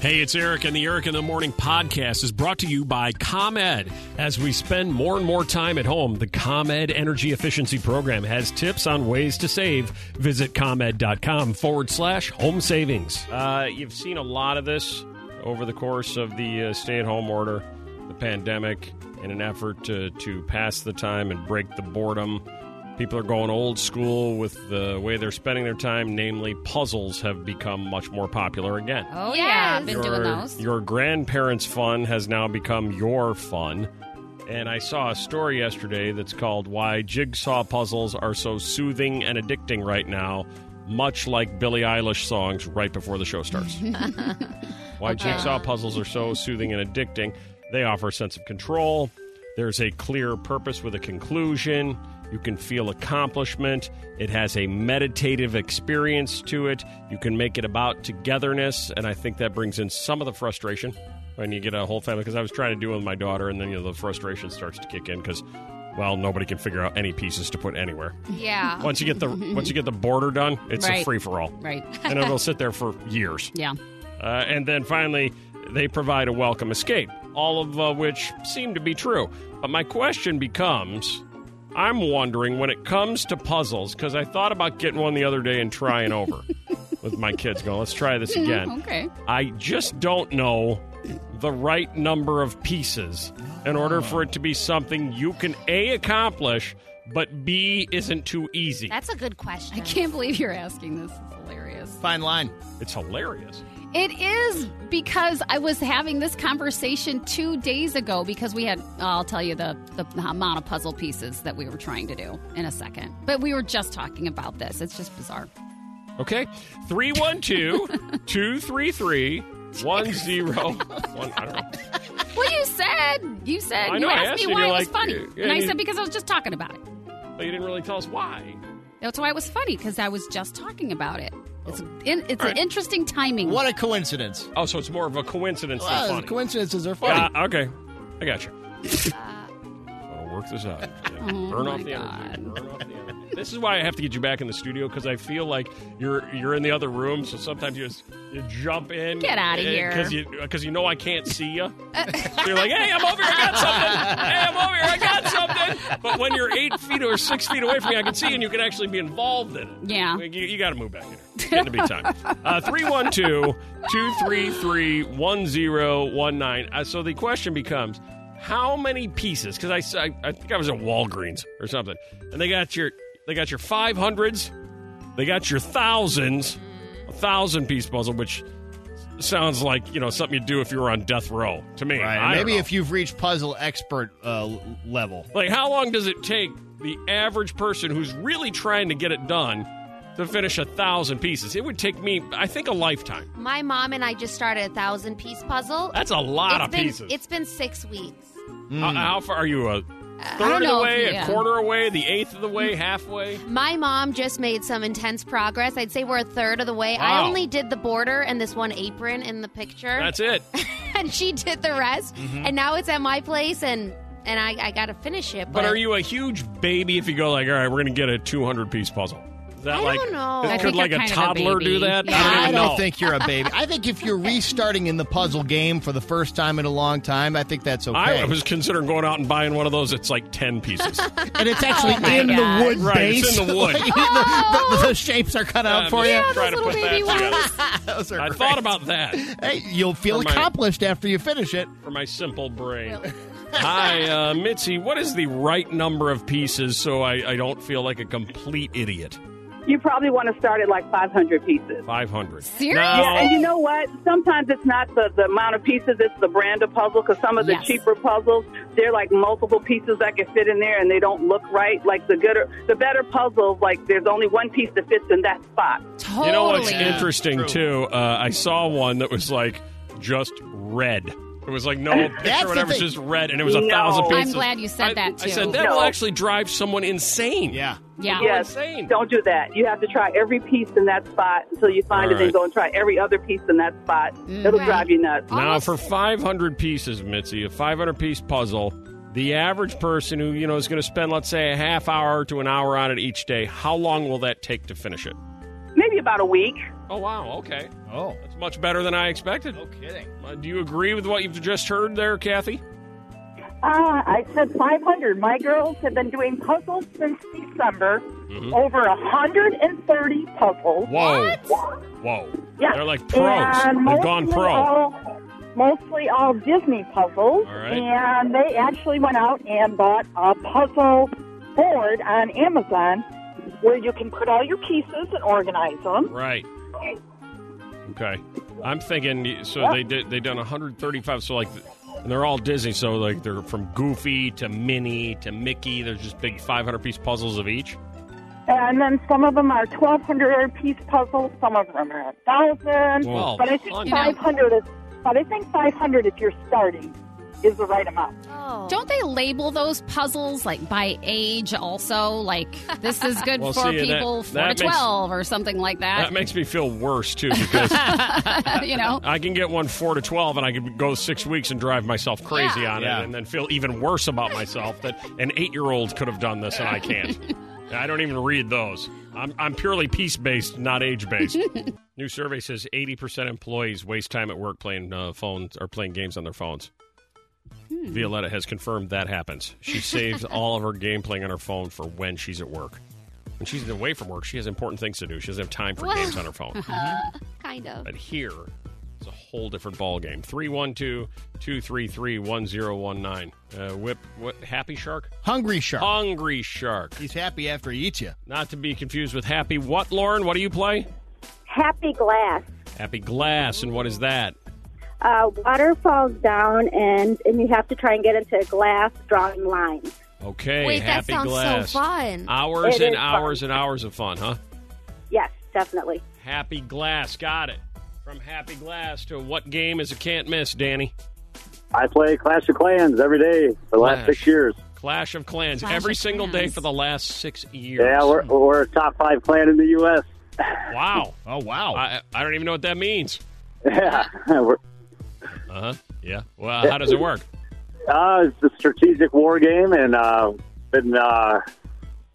Hey, it's Eric, and the Eric in the Morning podcast is brought to you by ComEd. As we spend more and more time at home, the ComEd Energy Efficiency Program has tips on ways to save. Visit ComEd.com forward slash home savings. Uh, you've seen a lot of this over the course of the uh, stay at home order, the pandemic, in an effort to, to pass the time and break the boredom. People are going old school with the way they're spending their time, namely, puzzles have become much more popular again Oh Yes. yeah, I've been doing your, those. your grandparents' fun has now become your fun. And I saw a story yesterday that's called Why Jigsaw Puzzles Are So Soothing and Addicting Right Now, much like Billie Eilish songs right before the show starts. Why jigsaw puzzles are so soothing and addicting. They offer a sense of control. There's a clear purpose with a conclusion. You can feel accomplishment. It has a meditative experience to it. You can make it about togetherness. And I think that brings in some of the frustration when you get a whole family. Because I was trying to do it with my daughter, and then you know, the frustration starts to kick in because, well, nobody can figure out any pieces to put anywhere. Yeah. Once you get the once you get the border done, it's a Right. free for all, Right. and it'll sit there for years. Yeah. Uh, and then finally, they provide a welcome escape, all of uh, which seem to be true. But my question becomes I'm wondering when it comes to puzzles, because I thought about getting one the other day and trying over with my kids going, let's try this again. Okay. I just don't know the right number of pieces in order for it to be something you can A, accomplish, but B, isn't too easy. That's a good question. I can't believe you're asking this. It's hilarious. Fine line. it's hilarious. It is because I was having this conversation two days ago because we had, oh, I'll tell you the, the amount of puzzle pieces that we were trying to do in a second. But we were just talking about this. It's just bizarre. Okay. 312 233 1011. I don't know. Well, you said, you said, I know, you I asked asked me you, why you're it was like, uh, funny. yeah, and I you- said, because I was just talking about it. But you didn't really tell us why. That's why it was funny because I was just talking about it. It's, in, it's Oh. All an right. interesting timing. What a coincidence. Oh, so it's more of a coincidence Well, than funny. coincidences are funny. Ah, okay. I got you. I'm gonna work this out. burn off Uh, Oh my the energy. Burn off the energy. This is why I have to get you back in the studio because I feel like you're you're in the other room. So sometimes you just you jump in. Get outta here. because you because you know I can't see you. So you're like, hey, I'm over here. I got something. Hey, I'm over here. I got something. But when you're eight feet or six feet away from me, I can see you and you can actually be involved in it. Yeah. You, got to move back in. It's getting to be time. Uh, 312-233-1019. Uh, so the question becomes, how many pieces? Because I, s- I- I think I was at Walgreens or something, and they got your they got your five hundreds, they got your thousands, a thousand piece puzzle, which sounds like you know something you do if you were on death row to me. Right. I and don't Maybe know. if you've reached puzzle expert uh, l- level. Like, how long does it take the average person who's really trying to get it done to finish a thousand pieces? It would take me, I think, a lifetime. My mom and I just started a thousand piece puzzle. That's a lot It's of been, pieces. It's been six weeks. How, how far are you? A don't third of the know if- way, yeah. a quarter away, the eighth of the way, halfway? My mom just made some intense progress. I'd say we're a third of the way. Wow. I only did the border and this one apron in the picture, That's Mm-hmm. it. and she did the rest. And now it's at my place, and and I, I got to finish it. But are you a huge baby if you go like, all right, we're going to get a 200 piece puzzle? Is that I like, don't know. I Could think like you're a kind of a toddler baby. do that? Yeah. I don't even know. think you're a baby. I think if you're restarting in the puzzle game for the first time in a long time, I think that's okay. I was considering going out and buying one of those. It's like 10 pieces. Oh, and it's actually my in God. the wood Oh Right, base. it's in the wood. Like, the, the- the shapes are cut out Um, for you. just try to those put little that baby together. Those are I great. thought about that. Hey, you'll feel For my- accomplished after you finish it. for my simple brain. Hi, uh, Mitzi. What is the right number of pieces so I, I don't feel like a complete idiot? You probably want to start at like 500 pieces. 500. Seriously? Now- And you know what? Sometimes it's not the, the amount of pieces, it's the brand of puzzle because some of the Yes. cheaper puzzles, they're like multiple pieces that can fit in there and they don't look right. Like the good, the better puzzles, like there's only one piece that fits in that spot. Totally. You know what's Yeah, interesting, true. too? Uh, I saw one that was like just red. It was like no picture, the or whatever, it's thing. just red, and it was a No. thousand I'm pieces. glad you said I- that, I said too. that will No. actually drive someone insane. Yeah. Yeah. Yeah. yes. insane. Don't do that. You have to try every piece in that spot until you find All it right. and go and try every other piece in that spot. It'll Right. drive you nuts. Now, Almost- for 500 pieces, Mitzi, a 500 piece puzzle, the average person who, you know, is going to spend, let's say, a half hour to an hour on it each day, how long will that take to finish it? Maybe about a week. Oh, wow. Okay. Oh. That's much better than I expected. No kidding. Uh, do you agree with what you've just heard there, Kathy? Uh, I said 500. My girls have been doing puzzles since December. Over 130 puzzles. Mm-hmm. Whoa. Whoa. Yeah. They're like pros. And They've gone mostly pro. all- mostly all Disney puzzles. All right. And they actually went out and bought a puzzle board on Amazon where you can put all your pieces and organize them. Right. Okay. I'm thinking. So they did. They done 135. So like, and they're all Disney. So like, they're from Goofy to Minnie to Mickey. They're just big 500 piece puzzles of each. And then some of them are 1,200 piece puzzles, some of them are 1,000. Wow. But I think Fun. 500 is, but I think 500 if you're starting is the right amount. Oh. Don't they label those puzzles like by age also? Like this is good Well, for see, that- people four that to makes- twelve or something like That that. makes me feel worse too because you know. I can get one four to twelve and I can go six weeks and drive myself crazy Yeah. on Yeah. it and then feel even worse about myself that an eight year old could have done this and I can't. I don't even read those. I'm I'm purely piece based, not age based. New survey says eighty percent employees waste time at work playing uh, phones or playing games on their phones. Violetta has confirmed that happens. She saves all of her game playing on her phone for when she's at work. When she's away from work, she has important things to do. She doesn't have time for Well. games on her phone. Kind of. But here is a whole different ballgame. 312 233 1019. Uh, Whip, what, Happy Shark? Hungry shark. Hungry Shark. Oh, He's happy after he eats you. Not to be confused with Happy What, Lauren? What do you play? Happy glass. Happy Glass, and what is that? Uh, water falls down, and and you have to try and get into a glass drawing line. Okay, Wait, that Happy sounds so Glass. fun. Hours It and is fun. hours and hours of fun, huh? Yes, definitely. Happy Glass, got it. From Happy Glass to what game is a can't miss, Danny? I play Clash of Clans every day for the last Clash. six years. Clash of Clans Clash every of single day Clans. for the last six years. Yeah, we're, we're a top five clan in the U.S. wow. Oh, wow. I, I don't even know what that means. Yeah, we're, Uh huh. Yeah. Well, how does it work? uh, it's a strategic war game, and uh, been uh,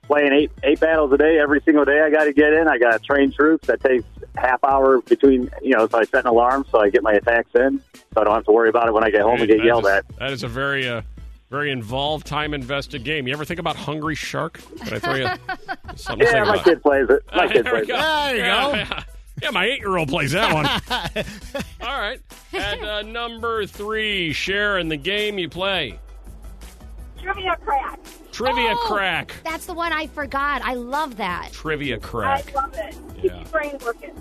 playing eight eight battles a day every single day. I got to get in. I got to train troops. That takes half hour between you know. So I set an alarm so I get my attacks in, so I don't have to worry about it when I get home and That get yelled is- at. That is a very, uh, very involved, time-invested game. You ever think about Hungry Shark? Can I throw you something to Yeah, think my about? kid plays it. My kid Uh, There we plays go. it. There you yeah, go. Yeah. Yeah, my eight-year-old plays that one. All right. And uh, number three, Sharon, the game you play, Trivia crack. Trivia Oh. Crack. That's the one I forgot. I love that. Trivia Crack. love it. Keeps Yeah. your brain working.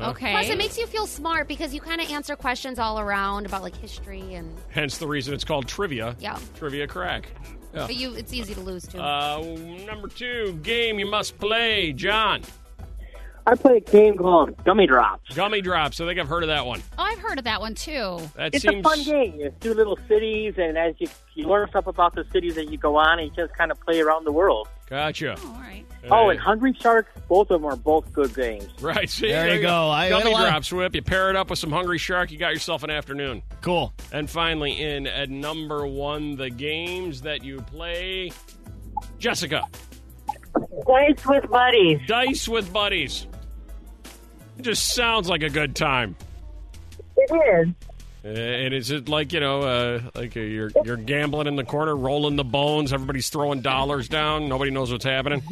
Okay. Plus, it makes you feel smart because you kind of answer questions all around about like history and Hence the reason it's called Trivia. Yeah. Trivia Crack. Yeah. but you. It's easy to lose too. Uh, number two, game you must play, John. I play a game called Gummy Drops. Gummy Drops. I think I've heard of that one. Oh, I've heard of that one too. That it's seems a fun game. You do little cities, and as you, you learn stuff about the cities that you go on, and you just kind of play around the world. Gotcha. Oh, all right. Oh, Hey. and Hungry Sharks, both of them are both good games. Right. See, There you go. I- I Gummy like- drops whip. You pair it up with some hungry shark. You got yourself an afternoon. Cool. And finally, in at number one, the games that you play. Jessica, Place with buddies. dice with buddies. It just sounds like a good time. It is. Uh, And is it like you know, uh, like uh, you're you're gambling in the corner, rolling the bones? Everybody's throwing dollars down. Nobody knows what's happening.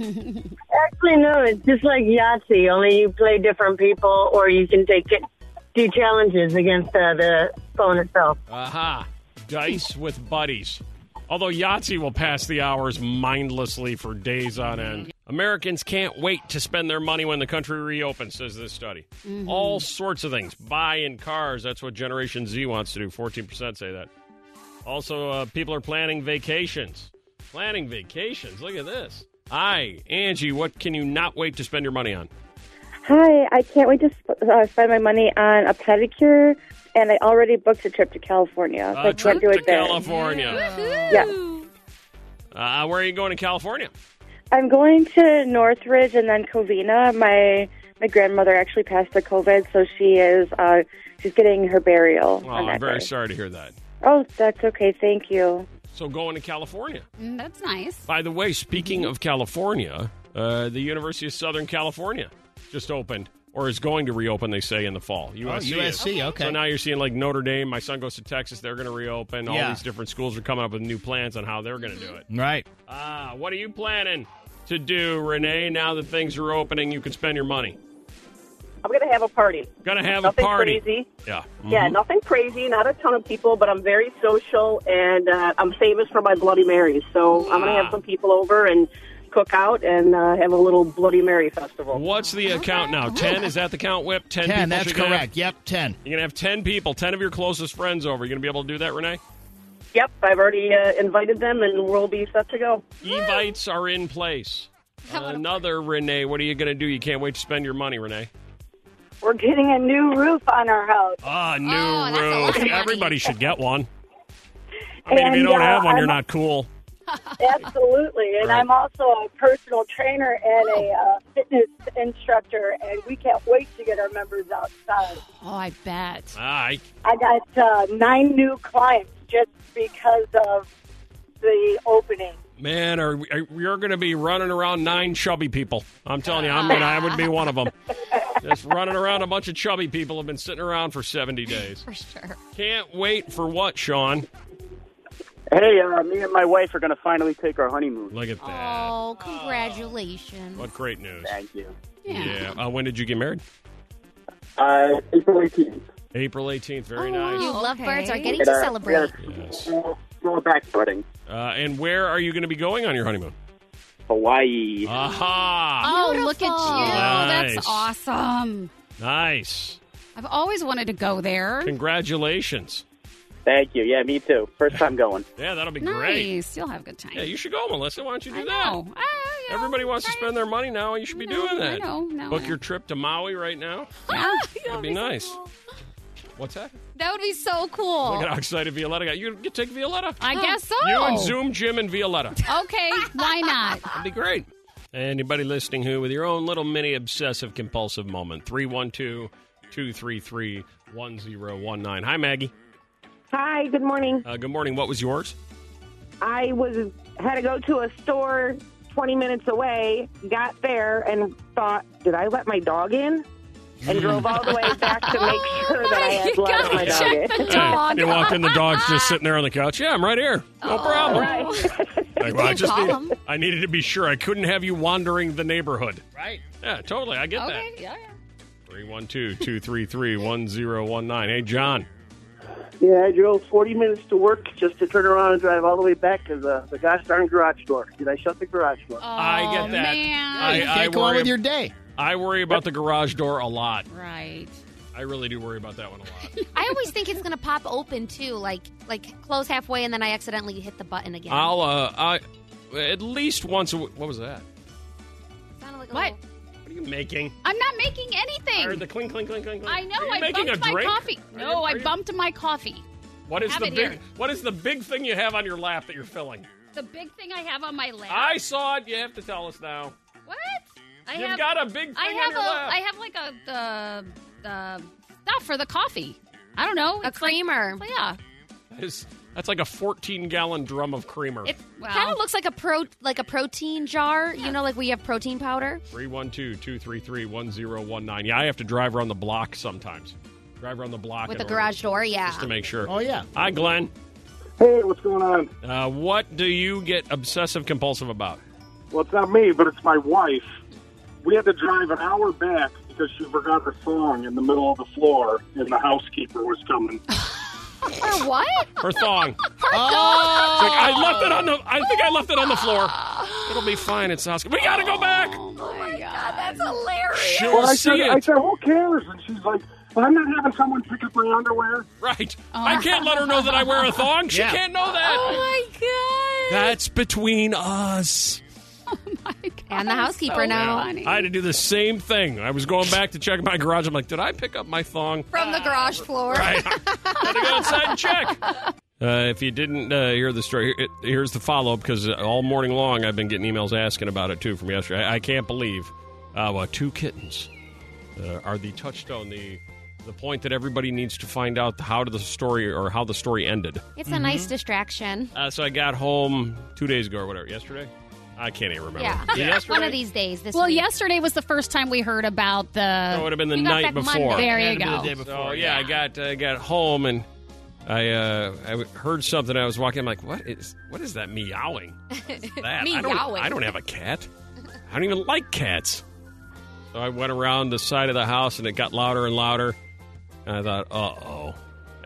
Actually, no. It's just like Yahtzee. Only you play different people, or you can take it, do challenges against uh, the phone itself. Aha. Dice with buddies. Although Yahtzee will pass the hours mindlessly for days on end. Americans can't wait to spend their money when the country reopens, says this study. All sorts of things. Buying cars. That's what Generation Z wants to do. 14% say that. Also, uh, people are planning vacations. Planning vacations. Look at this. Hi, Angie. What can you not wait to spend your money on? Hi, I can't wait to sp- uh, spend my money on a pedicure, and I already booked a trip to California. so Uh, I trip can't do to it there. California. Yeah. Uh, where are you going to California? I'm going to Northridge and then Covina. My my grandmother actually passed the COVID, so she is uh, she's getting her burial. Oh, on that I'm very day. sorry to hear that. Oh, that's okay. Thank you. So going to California. Mm, that's nice. By the way, speaking of California, uh, the University of Southern California just opened or is going to reopen. They say in the Oh, fall. USC. is. USC, okay. So now you're seeing like Notre Dame. My son goes to Texas. They're going to reopen. All Yeah. these different schools are coming up with new plans on how they're going to do it. Right. Ah, what are you planning to do, Renee? Now that things are opening, you can spend your money. I'm going to have a party. Gonna have nothing a party. crazy. Yeah. Yeah, Mhm. nothing crazy, not a ton of people, but I'm very social and uh, I'm famous for my Bloody Marys. So I'm going to Ah. have some people over and cook out and uh, have a little Bloody Mary festival. What's the account now? Ten? Is that the count, Whip? Ten. 10, people that's you're gonna correct. Yep, 10. Have, you're gonna have ten people, ten of your closest friends over. You gonna be able to do that, Renee? Yep, I've already uh, invited them and we'll be set to go. Evites are in place. Another Renee. What are you gonna do? You can't wait to spend your money, Renee. We're getting a new roof on our house. Ah, new Oh, that's a lot of roof. money. Everybody should get one. I mean, if you And, don't uh, have one, you're I'm- not cool. Absolutely. And Right. I'm also a personal trainer and a uh, fitness instructor, and we can't wait to get our members outside. Oh, I bet. I I got uh, nine new clients just because of the opening. man, are, we- are you're going to be running around nine chubby people? I'm telling you, I'm gonna, I would be one of them. Just running around a bunch of chubby people have been sitting around for 70 days. For sure. Can't wait for what, Sean? Hey, uh, me and my wife are going to finally take our honeymoon. Look at that. Oh, congratulations. What great news. Thank you. Yeah. Uh, when did you get married? Uh, April 18th. April 18th. Very Oh, nice. You okay. lovebirds are getting We to got a- celebrate. We Yes. got a little back wedding. Uh, and where are you going to be going on your honeymoon? Hawaii. Uh-huh. Aha! Oh, look at you. Nice. That's awesome. Nice. I've always wanted to go there. Congratulations. Thank you. Yeah, me too. First time going. Yeah, that'll be great. Nice. You'll have a good time. Yeah, you should go, Melissa. Why don't you do I that? know. Ah, I- you know, Everybody wants to spend their money now, and you should be I know, doing I that. know, no, Book I- your trip to Maui right now. Yeah. That'd be nice. What's that? That would be so cool. Oh. Look at how excited Violetta got. You you take Violetta. I guess so. You and Zoom Jim and Violetta. Okay, why not? That'd be great. Anybody listening who with your own little mini obsessive compulsive moment, 312 233 1019. Hi, Maggie. Hi, good morning. Uh, good morning. What was yours? I was had to go to a store 20 minutes away, got there and thought, did I let my dog in? And drove all the way back to make sure that I had let my dog in. Check the dog. you walk in, the dog's just sitting there on the couch. Yeah, I'm right here. No problem. Like, well, I You just call need- him. I needed to be sure. I couldn't have you wandering the neighborhood. Right. Yeah, totally. I get Okay, yeah. 312 233 1019. Hey, John. Yeah, I drove 40 minutes to work just to turn around and drive all the way back to the, the gosh darn garage door. Did I shut the garage door? Uh. I get Oh, that. Man. I, I, Can't go on worry, with your day. I worry about the garage door a lot. Right. I really do worry about that one a lot. I always think it's gonna pop open too, like like close halfway, and then I accidentally hit the button again. I'll, uh, I, at least once a week. What was that? Sounded like a What? little- What are you making? I'm not making I heard anything. the clink, clink, clink, clink, clink. I know. Are you I making bumped a my drink? coffee. Are No, you- are I you- bumped my coffee. What is Have the it big? here. What is the big thing you have on your lap that you're filling? The big thing I have on my lap. I saw it. You have to tell us now. what? I You've have. got a big thing I on have a. your lap. I have like a the the stuff for the coffee. I don't know. a It's like- creamer. well, yeah. Is- that's like a 14 gallon drum of creamer. It Wow. kind of looks like a pro like a protein jar, you know, like we have protein powder. 312 233 1019. Yeah, I have to drive around the block sometimes. Drive around the block With in the order, garage door, yeah. just to make sure. Oh, yeah. Hi, Glenn. Hey, what's going on? Uh, what do you get obsessive compulsive about? Well, it's not me, but it's my wife. We had to drive an hour back because she forgot her song in the middle of the floor, and the housekeeper was coming. Or what? Her thong. It's Oh, like, I left it on the. I think I left it on the floor. It'll be fine. It's the house. We gotta go back. Oh my god. That's hilarious. She'll Well, I see said, it. I said, who cares? And she's like, well, I'm not having someone pick up my underwear. right. I can't let her know that I wear a thong. She Yeah. can't know that. Oh my god. That's between us. And the housekeeper now I had to do the same thing. I was going back to check my garage. I'm like, did I pick up my thong? from the garage floor. Right. Gotta go outside and check. Uh, if you didn't uh, hear the story, here- here's the follow up because all morning long I've been getting emails asking about it too from yesterday. I, I can't believe uh, well, two kittens uh, are the touchstone, the the point that everybody needs to find out how the story or how the story ended. Mm-hmm. It's a nice distraction. Uh, so I got home two days ago or whatever, yesterday. I can't even remember. Yeah. Yesterday? One of these days. This well, week. yesterday was the first time we heard about the. That would have been the You got night back before. Monday. There you That'd be the go. day before, So yeah, I got I got home and I uh, I w- heard something. I was walking. I'm like, what is what is that meowing? What is that? I don't, Meowing. I don't have a cat. I don't even like cats. So I went around the side of the house and it got louder and louder. And I thought, uh oh.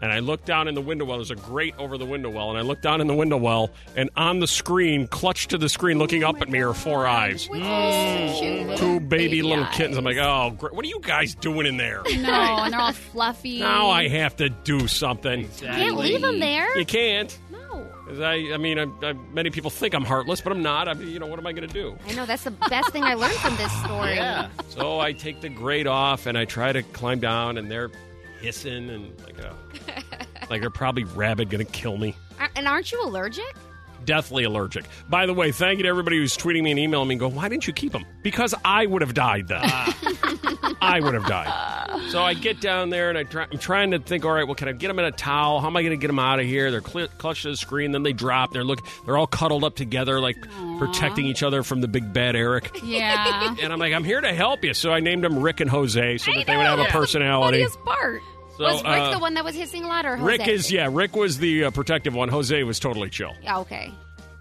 And I looked down in the window well. There's a grate over the window well, and I looked down in the window well, and on the screen, clutched to the screen, looking up at me, are four eyes. Which is cute. Two baby little eyes. kittens. I'm like, oh, gr- what are you guys doing in there? No, and they're all fluffy. Now I have to do something. Can't leave them there. You can't. No. 'Cause I, I mean, I, I, many people think I'm heartless, but I'm not. I, you know, what am I going to do? I know that's the best thing I learned from this story. Yeah. So I take the grate off and I try to climb down, and they're hissing and like, a, like they're probably rabid, going to kill me. Ar- And aren't you allergic? Deathly allergic. By the way, thank you to everybody who's tweeting me and emailing me. and Go, why didn't you keep them? Because I would have died then. I would have died. So I get down there and I try, I'm trying to think. All right, well, can I get them in a towel? How am I going to get them out of here? They're cl- clutched to the screen, then they drop. They're look, they're all cuddled up together, like protecting each other from the big bad Eric. Yeah. And I'm like, I'm here to help you. So I named them Rick and Jose so that they would have a personality. Funniest part. So, was Rick uh, the one that was hissing a lot, or Jose? Rick is yeah. Rick was the uh, protective one. Jose was totally chill. Yeah, okay.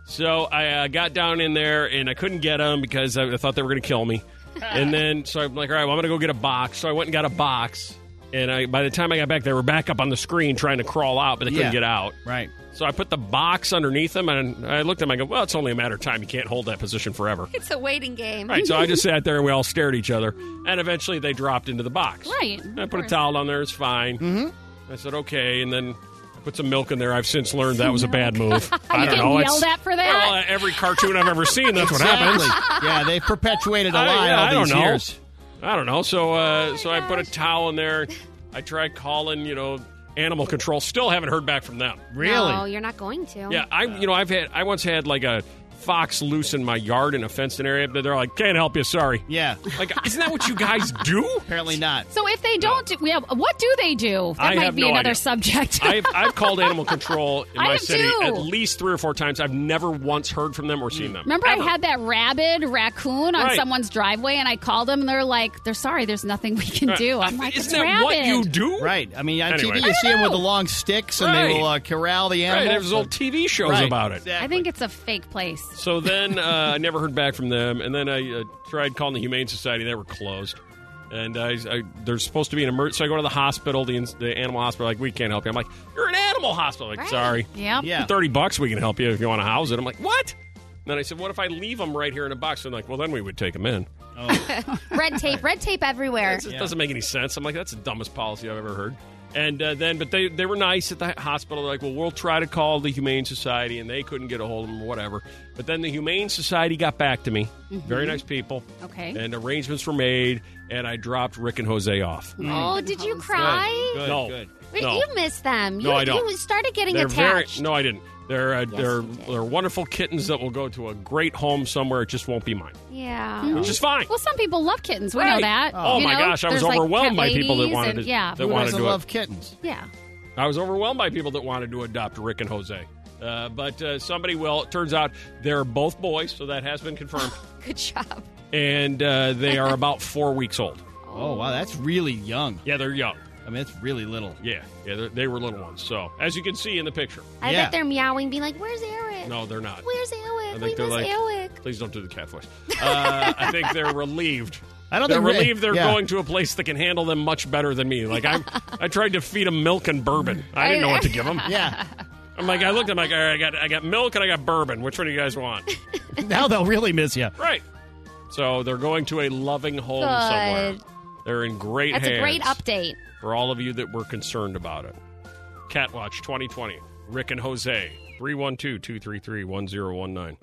So I uh, got down in there and I couldn't get them because I, I thought they were going to kill me. and then so I'm like, all right, well, I'm going to go get a box. So I went and got a box. And I, by the time I got back, they were back up on the screen trying to crawl out, but they couldn't Yeah. get out. Right. So I put the box underneath them and I looked at them. I go, well, it's only a matter of time. You can't hold that position forever. It's a waiting game. Right. So I just sat there and we all stared at each other. And eventually they dropped into the box. Right. And I put a towel on there. It's fine. Mm-hmm. I said, okay. And then I put some milk in there. I've since learned that was a bad move. I You don't getting know. yelled at for that? Well, uh, every cartoon I've ever seen, that's what happens. Exactly. yeah, they perpetuated a I- lie yeah, I all don't these know. years. I don't know. So, uh, Oh so I put a towel in there. I tried calling, you know, animal control. Still haven't heard back from them. Really? No, you're not going to. Yeah, I, you know, I've had, I once had like a fox loose in my yard in a fenced in area, but they're like, can't help you. Sorry. Yeah. Like, isn't that what you guys do? Apparently not. So if they don't, do, yeah, what do they do? That I might have be no another idea. subject. I've, I've called animal control in I my have city too. at least three or four times. I've never once heard from them or seen them. Remember, Ever. I had that rabid raccoon on Right. someone's driveway, and I called them, and they're like, "They're sorry, there's nothing we can do." I'm like, Isn't "It's Uh, that rabid." what you do? Right. I mean, on Anyway. TV, you see them with know. the long sticks, and Right. they will uh, corral the Right, animals. there's old TV shows Right. about it. Exactly. I think it's a fake place. So then uh, I never heard back from them, and then I uh, tried calling the Humane Society. They were closed, and I, I there's supposed to be an emergency. So I go to the hospital, the, ins- the animal hospital. Like we can't help you. I'm like, you're an animal hospital. Like Right. sorry, Yep. Yeah. thirty bucks we can help you if you want to house it. I'm like what? And then I said, what if I leave them right here in a box? And like, well then we would take them in. Red tape, red tape everywhere. It doesn't make any sense. I'm like, that's the dumbest policy I've ever heard. And uh, then, but they, they were nice at the hospital. They're like, well, we'll try to call the Humane Society, and they couldn't get a hold of them or whatever. But then the Humane Society got back to me. Very nice people. Mm-hmm. Okay. And arrangements were made, and I dropped Rick and Jose off. Oh, did you cry? Good, no. good. Wait, Mm. No. You missed them. You, No, I don't. You started getting They're very, attached. no, I didn't. They're, uh, they're, they're wonderful kittens that will go to a great home somewhere. It just won't be mine, Yeah. which is fine. Well, some people love kittens. We know Right. that. Oh, You my know, gosh. I was there's, like, overwhelmed cat by people that ladies wanted and- to- yeah. that Who wanted doesn't to- love kittens? Yeah. I was overwhelmed by people that wanted to adopt Rick and Jose. Uh, but uh, somebody will. It turns out they're both boys, so that has been confirmed. Good job. and uh, they are about four weeks old. Oh wow, that's really young. Yeah, they're young. I mean, that's really little. Yeah, yeah, they're- they were little ones. So, as you can see in the picture, I Yeah. bet they're meowing, being like, "Where's Eric? no, they're not. Where's Eric? I We think miss they're like, Eric." please don't do the cat voice. Uh, I think they're relieved. I don't they're think they- relieved they're yeah. going to a place that can handle them much better than me. Like I, I tried to feed them milk and bourbon. I didn't know what to give them. Yeah. I'm like, I looked. I'm like, all right, I got, I got milk and I got bourbon. Which one do you guys want? now they'll really miss you. Right. So they're going to a loving home Good. somewhere. They're in great That's hands a great update. for all of you that were concerned about it. Catwatch 2020, Rick and Jose, 312-233-1019.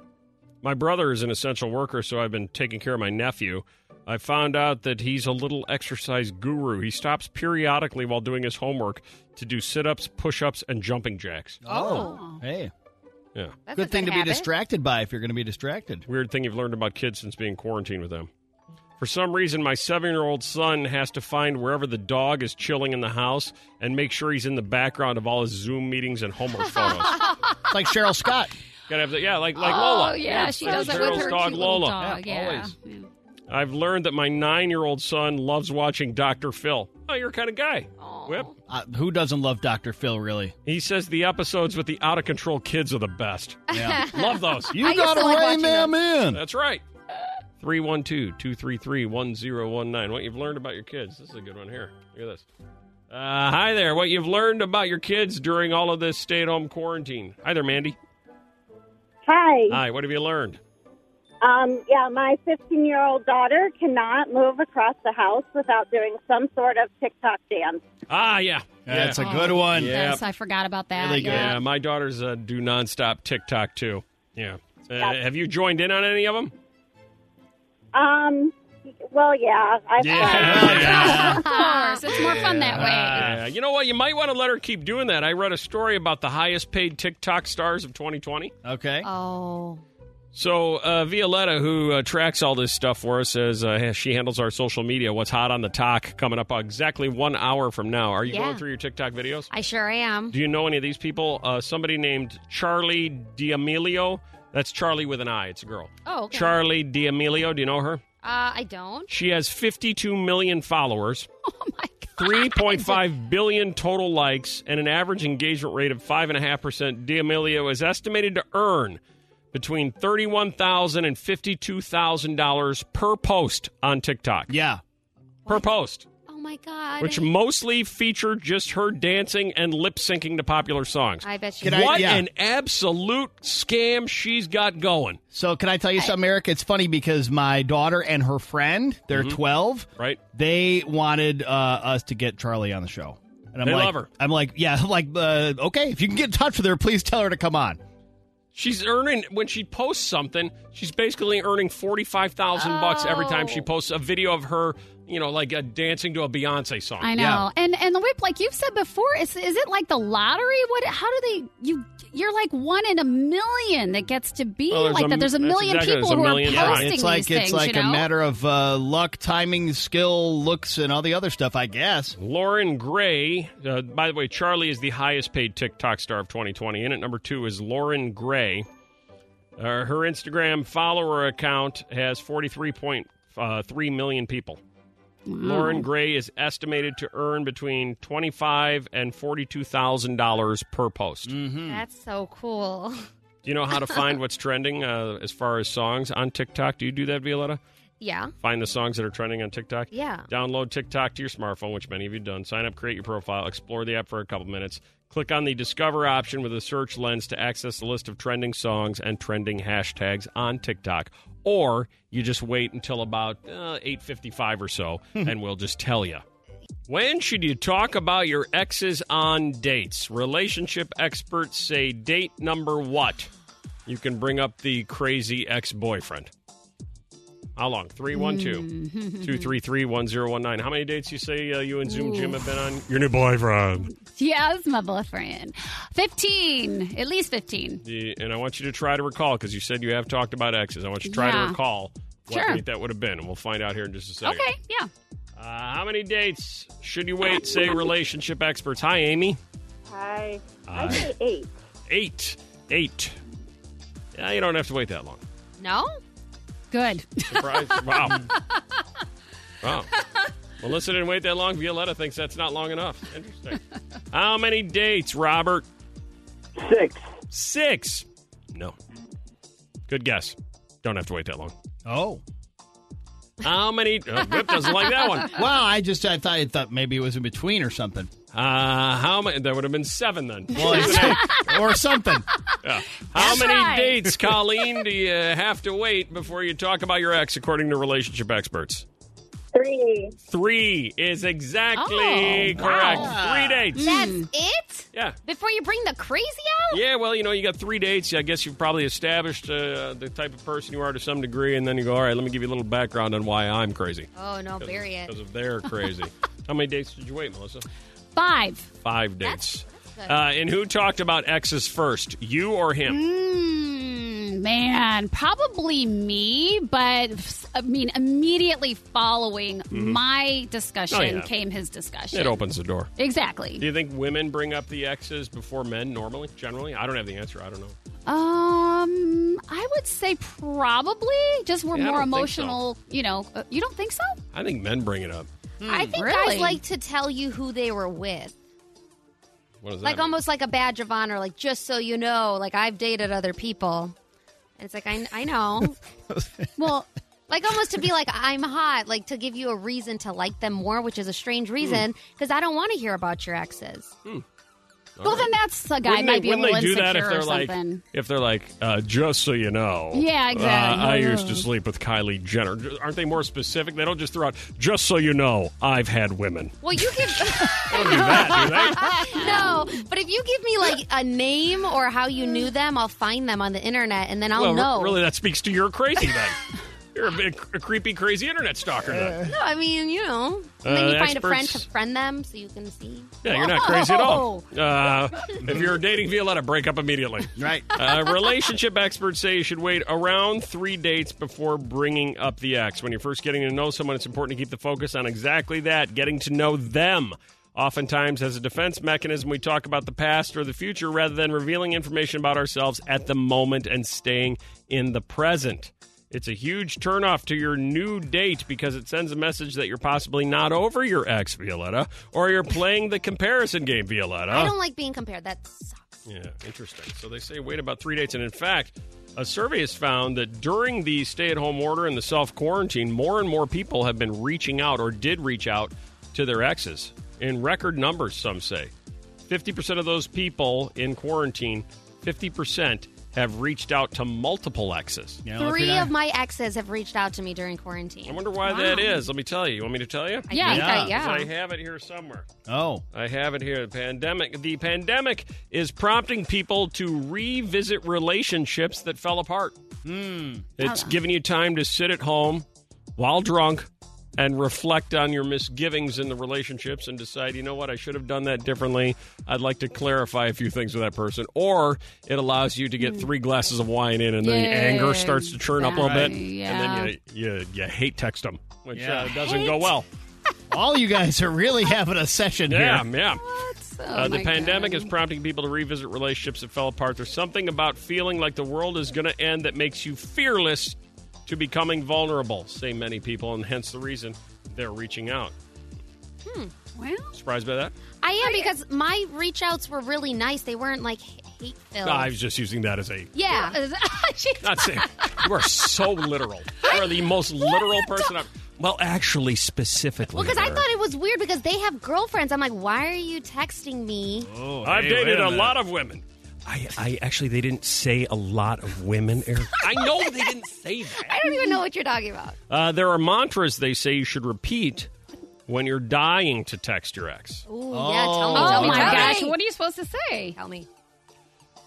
My brother is an essential worker, so I've been taking care of my nephew. I found out that he's a little exercise guru. He stops periodically while doing his homework to do sit-ups, push-ups, and jumping jacks. Oh. Hey. Yeah. That's a good thing to habit. be distracted by if you're going to be distracted. weird thing you've learned about kids since being quarantined with them. For some reason, my seven year old son has to find wherever the dog is chilling in the house and make sure he's in the background of all his Zoom meetings and homework photos. It's like Cheryl Scott. Gotta have the yeah, like like oh, Lola. yeah, she does it Cheryl's with her dog cute little Lola. dog. Oh, Yeah, Yeah, always. I've learned that my nine-year-old son loves watching Dr. Phil. Oh, you're kind of guy. Whip. Uh, who doesn't love Dr. Phil, really? He says the episodes with the out of control kids are the best. Yeah. Love those. You I used got to to like rein watching them in. That's right. 312 233 1019. What you've learned about your kids. This is a good one here. Look at this. Uh, hi there. What you've learned about your kids during all of this stay at home quarantine. Hi there, Mandy. Hi. Hi. What have you learned? Um, yeah, my 15 year old daughter cannot move across the house without doing some sort of TikTok dance. Ah, yeah. That's a good one. Yeah. Yes, I forgot about that. Really good. Yeah. Yeah, my daughters uh, do nonstop TikTok too. Yeah. Uh, have you joined in on any of them? Um, well, yeah. I've Of course, it's more fun that way. Yeah. You know what? You might want to let her keep doing that. I read a story about the highest paid TikTok stars of 2020. Okay. Oh, So, uh, Violetta, who uh, tracks all this stuff for us, says uh, she handles our social media. What's hot on the talk coming up exactly one hour from now. Are you Yeah. going through your TikTok videos? I sure am. Do you know any of these people? Uh, somebody named Charlie D'Amelio. That's Charlie with an I. It's a girl. Oh, okay. uh, Charlie D'Amelio. Do you know her? Uh, I don't. She has 52 million followers. Oh my god! 3.5 billion total likes and an average engagement rate of five and a half percent. D'Amelio is estimated to earn between thirty-one thousand and fifty-two thousand dollars per post on TikTok. Yeah. Per post, Oh my god. which mostly feature just her dancing and lip syncing to popular songs. I bet you. Can I- what yeah. an absolute scam she's got going! So can I tell you something, Eric? It's funny because my daughter and her friend, they're Mm-hmm. 12. Right? They wanted uh, us to get Charlie on the show. And I'm They like, love her. I'm like, yeah, I'm like, uh, okay, if you can get in touch with her, please tell her to come on. She's earning when she posts something. She's basically earning forty five thousand bucks every time she Oh. posts a video of her, you know, like uh, dancing to a Beyonce song. I know. And and the whip, like you've said before, is is it like the lottery? What? How do they? You you're like one in a million that gets to be Well, Oh, there's like a- that. There's a that's million exactly- people there's a who million are Yeah, posting it's like these it's things. like you know? a matter of uh, luck, timing, skill, looks, and all the other stuff, I guess. Lauren Gray, uh, by the way, Charlie is the highest paid TikTok star of 2020. In at number two is Lauren Gray. Uh, her Instagram follower account has 43.3 million people. Lauren Gray is estimated to earn between twenty five and forty two thousand dollars per post. That's so cool. Do you know how to find what's trending uh, as far as songs on TikTok? Do you do that, Violetta? Yeah. Find the songs that are trending on TikTok? Yeah. Download TikTok to your smartphone, which many of you have done. Sign up, create your profile, explore the app for a couple minutes. Click on the Discover option with a search lens to access the list of trending songs and trending hashtags on TikTok. Or you just wait until about uh, 8.55 or so, and we'll just tell you. When should you talk about your exes on dates? Relationship experts say date number what? You can bring up the crazy ex boyfriend. How long? 312 Mm-hmm. 233 1019. How many dates you say uh, you and Zoom Jim have been on? Your new boyfriend. yeah, that's my boyfriend. Fifteen, at least fifteen. The- and I want you to try to recall because you said you have talked about exes. I want you to try Yeah. to recall what Sure. date that would have been, and we'll find out here in just a second. Okay, yeah. Uh, how many dates should you wait, say relationship experts? Hi, Amy. Hi. Hi. I say eight. Eight. Eight. Yeah, you don't have to wait that long. No? Good. Surprise. wow. Wow. Melissa didn't wait that long. Violetta thinks that's not long enough. Interesting. How many dates, Robert? Six. Six. No. Good guess. Don't have to wait that long. Oh. How many? Uh, Whip doesn't like that one. Well, I just I thought I thought maybe it was in between or something. Uh, how many? That would have been seven then. Well, it's- or something. Yeah. How That's many right. dates, Colleen, do you have to wait before you talk about your ex, according to relationship experts? Three. Three is exactly Oh, correct. wow. Three dates. That's Hmm. it? Yeah. Before you bring the crazy out? Yeah, well, you know, you got three dates. I guess you've probably established uh, the type of person you are to some degree, and then you go, all right, let me give you a little background on why I'm crazy. Oh no, bury it. Because of their crazy. How many dates did you wait, Melissa? Five. Five dates. that's good. uh, and who talked about exes first, you or him? Mm, man, probably me, but I mean, immediately following my discussion Mm-hmm. Oh, yeah. came his discussion. It opens the door. Exactly. Do you think women bring up the exes before men normally, generally? I don't have the answer. I don't know. Um, I would say probably just we're Yeah, I more don't think emotional. You know, uh, you don't think so? I think men bring it up. I Hmm, think Really? guys like to tell you who they were with. What does that like mean? almost like a badge of honor, like just so you know, like I've dated other people. And it's like I, I know. well, like almost to be like I'm hot, like to give you a reason to like them more, which is a Hmm. strange reason because I don't want to hear about your exes. well, then that's a guy Wouldn't they- might be a wouldn't little they do insecure that if or they're like something. if they're like uh, just so you know Yeah, uh, exactly. Mm-hmm. i used to sleep with kylie jenner J- aren't they more specific they don't just throw out just so you know i've had women Well, you give no, but if you give me like a name or how you knew them, I'll find them on the internet and then I'll Hmm. well, know. re- really that speaks to your crazy then you're a, big, a creepy crazy internet stalker then No, I mean you know, Uh, and then you the find a friend to experts- friend them so you can see. yeah you're not crazy at all uh, if you're dating violetta break up immediately right uh, relationship experts say you should wait around three dates before bringing up the ex. When you're first getting to know someone, it's important to keep the focus on exactly that getting to know them. Oftentimes, as a defense mechanism, we talk about the past or the future rather than revealing information about ourselves at the moment and staying in the present. It's a huge turnoff to your new date because it sends a message that you're possibly not over your ex, Violetta, or you're playing the comparison game, Violetta. I don't like being compared. That's Yeah, interesting. So they say wait about three dates. And in fact, a survey has found that during the stay at home order and the self quarantine, more and more people have been reaching out or did reach out to their exes in record numbers, some say. 50% of those people in quarantine, 50% have reached out to multiple exes. Yeah, three of my exes have reached out to me during quarantine. I wonder why that is. Let me tell you. You want me to tell you? I Yeah, think I- yeah. Because I have it here somewhere. Oh. I have it here. The pandemic. The pandemic is prompting people to revisit relationships that fell apart. Hmm. It's Hold on. giving you time to sit at home while drunk and reflect on your misgivings in the relationships and decide, you know what, I should have done that differently. I'd like to clarify a few things with that person. Or it allows you to get three glasses of wine in and the Yeah, anger starts to churn up a little bit. exactly. And then you, you, you hate text them, which Yeah. uh, doesn't go well. All you guys are really having a session Yeah, here. yeah. Oh uh, the my pandemic is prompting people to revisit relationships that fell apart. There's something about feeling like the world is going to end that makes you fearless to becoming vulnerable, say many people, and hence the reason they're reaching out. Hmm. Well, Surprised by that? I am because my reach outs were really nice. They weren't like hate filled. I was just using that as a. yeah. Not saying. you are so literal. You are the most literal person. I've, well, actually, specifically. Well, because I there. thought it was weird because they have girlfriends. I'm like, why are you texting me? I've hey, wait dated a a, minute. lot of women. I, I actually, they didn't say a lot of women, Eric. I know they didn't say that. I don't even know what you're talking about. Uh, there are mantras they say you should repeat when you're dying to text your ex. Ooh, yeah, tell me. Oh. Tell me, my tell gosh, me. what are you supposed to say? Tell me.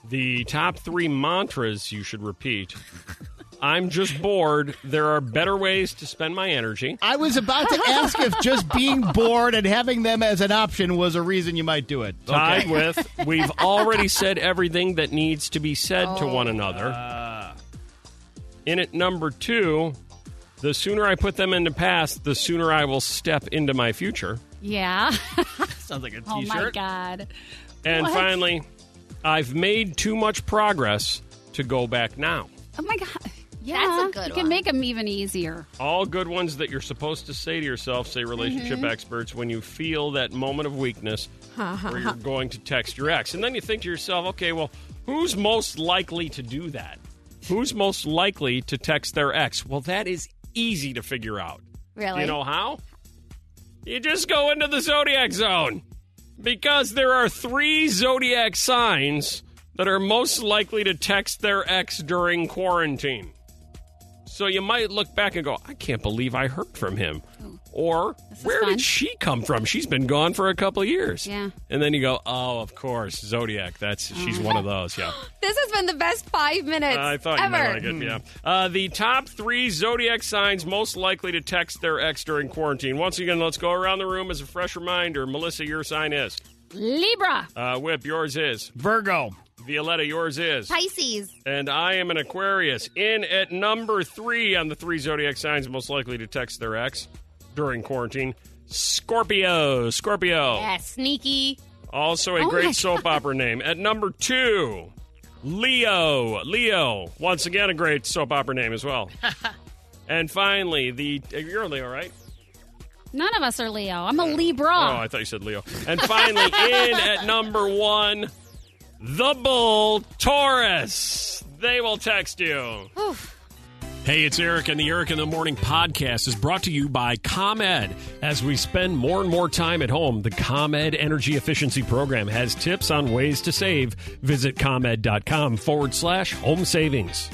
The top three mantras you should repeat I'm just bored. There are better ways to spend my energy. I was about to ask if just being bored and having them as an option was a reason you might do it. Tied with, we've already said everything that needs to be said to one another. In at number two, the sooner I put them into past, the sooner I will step into my future. Yeah. Sounds like a Oh my god. And What? finally, I've made too much progress to go back now. Oh my god. Yeah, That's a good You can one. make them even easier. All good ones that you're supposed to say to yourself, say relationship Mhm. experts, when you feel that moment of weakness where you're going to text your ex. And then you think to yourself, okay, well, who's most likely to do that? Who's most likely to text their ex? Well, that is easy to figure out. Really? You know how? You just go into the zodiac zone because there are three zodiac signs that are most likely to text their ex during quarantine. So you might look back and go, I can't believe I heard from him. Or, where did she come from? She's been gone for a couple of years. Yeah. And then you go, oh, of course, Zodiac. That's she's one of those. Yeah. This has been the best five minutes I thought ever. you might like it. Yeah. Uh, the top three zodiac signs most likely to text their ex during quarantine. Once again, let's go around the room as a fresh reminder. Melissa, your sign is. Libra. Uh, Whip, yours is. Virgo. Violetta, yours is. Pisces. And I am an Aquarius. In at number three on the three zodiac signs most likely to text their ex during quarantine Scorpio. Scorpio. Yeah, sneaky. Also a Oh my great soap opera name. At number two, Leo. Leo. Once again, a great soap opera name as well. and finally, the. You're Leo, right? None of us are Leo. I'm a Oh, Libra. I thought you said Leo. And finally, in at number one, the bull Taurus. They will text you. Hey, it's Eric, and the Eric in the Morning podcast is brought to you by ComEd. As we spend more and more time at home, the ComEd Energy Efficiency Program has tips on ways to save. Visit ComEd.com forward slash home savings.